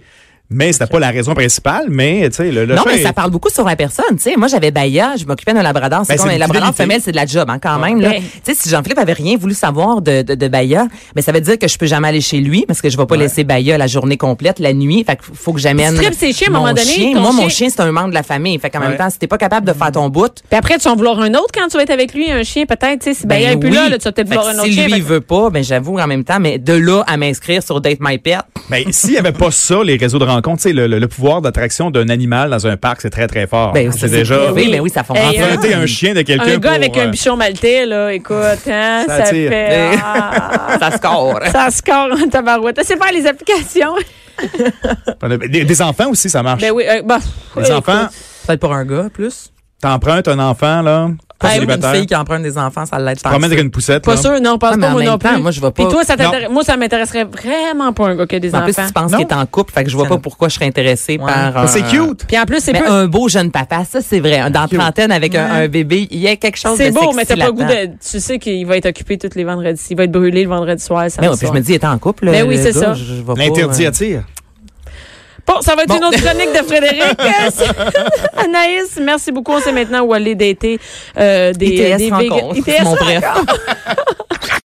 [SPEAKER 2] Mais c'était pas la raison principale, mais, tu sais, le, le
[SPEAKER 3] non,
[SPEAKER 2] chat
[SPEAKER 3] mais ça
[SPEAKER 2] est-
[SPEAKER 3] parle beaucoup sur la personne. Tu sais, moi, j'avais Baya, je m'occupais d'un labrador. C'est
[SPEAKER 2] Ben,
[SPEAKER 3] comme
[SPEAKER 2] c'est
[SPEAKER 3] un
[SPEAKER 2] une
[SPEAKER 3] labrador
[SPEAKER 2] fidélité.
[SPEAKER 3] femelle, c'est de la job, hein, quand même. là.
[SPEAKER 1] Ben.
[SPEAKER 3] Tu sais, si Jean-Philippe avait rien voulu savoir de, de, de Baya, ben, ça veut dire que je peux jamais aller chez lui parce que je vais pas laisser Baya la journée complète, la nuit. Fait que faut que j'amène.
[SPEAKER 1] Tu tripes ses chiens, à un
[SPEAKER 3] mon
[SPEAKER 1] moment donné,
[SPEAKER 3] chien.
[SPEAKER 1] ton
[SPEAKER 3] Moi, mon
[SPEAKER 1] chien-
[SPEAKER 3] chien, c'est un membre de la famille. Fait qu'en
[SPEAKER 2] Ouais.
[SPEAKER 3] même temps, si t'es pas capable de faire ton bout,
[SPEAKER 1] Puis après, tu vas en vouloir un autre quand tu vas être avec lui, un chien, peut-être. tu sais, Si ben, il est plus
[SPEAKER 3] oui.
[SPEAKER 1] là, là, tu vas peut-être
[SPEAKER 3] Fait que
[SPEAKER 1] vouloir un autre
[SPEAKER 3] Si
[SPEAKER 1] chien.
[SPEAKER 3] lui,
[SPEAKER 1] Fait
[SPEAKER 3] il
[SPEAKER 1] que-
[SPEAKER 3] veut pas, ben, j'avoue, en même temps, mais de là à m'inscrire sur Date My Pet,
[SPEAKER 2] Mais ben, s'il n'y avait pas ça, les réseaux de rencontres, tu sais, le, le- le pouvoir d'attraction d'un animal dans un parc, c'est très, très fort.
[SPEAKER 3] ben, ça,
[SPEAKER 2] c'est déjà...
[SPEAKER 3] Oui, mais oui, ça fonctionne.
[SPEAKER 1] Hey,
[SPEAKER 2] Emprunter un chien de quelqu'un
[SPEAKER 1] Un gars
[SPEAKER 2] pour,
[SPEAKER 1] avec un
[SPEAKER 2] euh,
[SPEAKER 1] bichon maltais, là, écoute, hein,
[SPEAKER 2] Ça
[SPEAKER 1] ça,
[SPEAKER 2] attire.
[SPEAKER 1] fait.
[SPEAKER 3] Mais-
[SPEAKER 1] Ah.
[SPEAKER 3] Ça score.
[SPEAKER 1] Ça score en tabarouette. C'est pas les applications.
[SPEAKER 2] euh, Des, des enfants aussi, ça marche.
[SPEAKER 1] Ben oui, euh, bah,
[SPEAKER 2] Les enfants,
[SPEAKER 4] Peut-être pour un gars, plus.
[SPEAKER 2] t'empruntes un enfant, là, pas
[SPEAKER 1] Ah,
[SPEAKER 4] Pour une
[SPEAKER 2] célibataire,
[SPEAKER 4] fille qui emprunte des enfants, ça l'aide
[SPEAKER 2] te
[SPEAKER 4] tant que
[SPEAKER 2] promènes avec une poussette.
[SPEAKER 1] Pas
[SPEAKER 2] là.
[SPEAKER 1] sûr, non, pense
[SPEAKER 3] Ouais, mais
[SPEAKER 1] pas
[SPEAKER 3] en
[SPEAKER 1] moi
[SPEAKER 3] même
[SPEAKER 1] non
[SPEAKER 3] temps,
[SPEAKER 1] plus.
[SPEAKER 3] moi, je vais
[SPEAKER 1] Puis
[SPEAKER 3] pas-
[SPEAKER 1] toi, ça t'intéresse- moi, ça m'intéresserait vraiment pas un gars qui a des
[SPEAKER 3] En plus,
[SPEAKER 1] enfants.
[SPEAKER 3] tu penses
[SPEAKER 2] Non.
[SPEAKER 3] qu'il est en couple, fait que je vois pas pourquoi je serais intéressée par.
[SPEAKER 2] Mais C'est
[SPEAKER 3] un-
[SPEAKER 2] cute.
[SPEAKER 1] Puis en plus, c'est
[SPEAKER 3] Mais
[SPEAKER 1] pas-
[SPEAKER 3] un beau jeune papa, ça c'est vrai. Dans
[SPEAKER 2] Cute.
[SPEAKER 3] trentaine avec un, un bébé, il y a quelque chose de
[SPEAKER 1] C'est beau,
[SPEAKER 3] sexy
[SPEAKER 1] mais t'as pas le goût
[SPEAKER 3] là-dedans.
[SPEAKER 1] de. Tu sais qu'il va être occupé tous les vendredis. Il va être brûlé le vendredi soir.
[SPEAKER 3] Mais
[SPEAKER 1] samedi
[SPEAKER 3] ouais, Ben puis je
[SPEAKER 1] soir.
[SPEAKER 3] me dis, il est en couple.
[SPEAKER 1] Ben
[SPEAKER 3] le
[SPEAKER 1] oui, c'est
[SPEAKER 3] gars,
[SPEAKER 1] ça.
[SPEAKER 3] je- je vois pas,
[SPEAKER 2] L'interdit
[SPEAKER 3] euh,
[SPEAKER 2] attire.
[SPEAKER 1] Bon, ça va être
[SPEAKER 3] Bon.
[SPEAKER 1] une autre chronique de Frédéric. Anaïs, merci beaucoup. On sait maintenant où aller dater euh, des,
[SPEAKER 3] ITS
[SPEAKER 1] des
[SPEAKER 3] rencontre.
[SPEAKER 1] véga- ITS
[SPEAKER 3] Mon bref.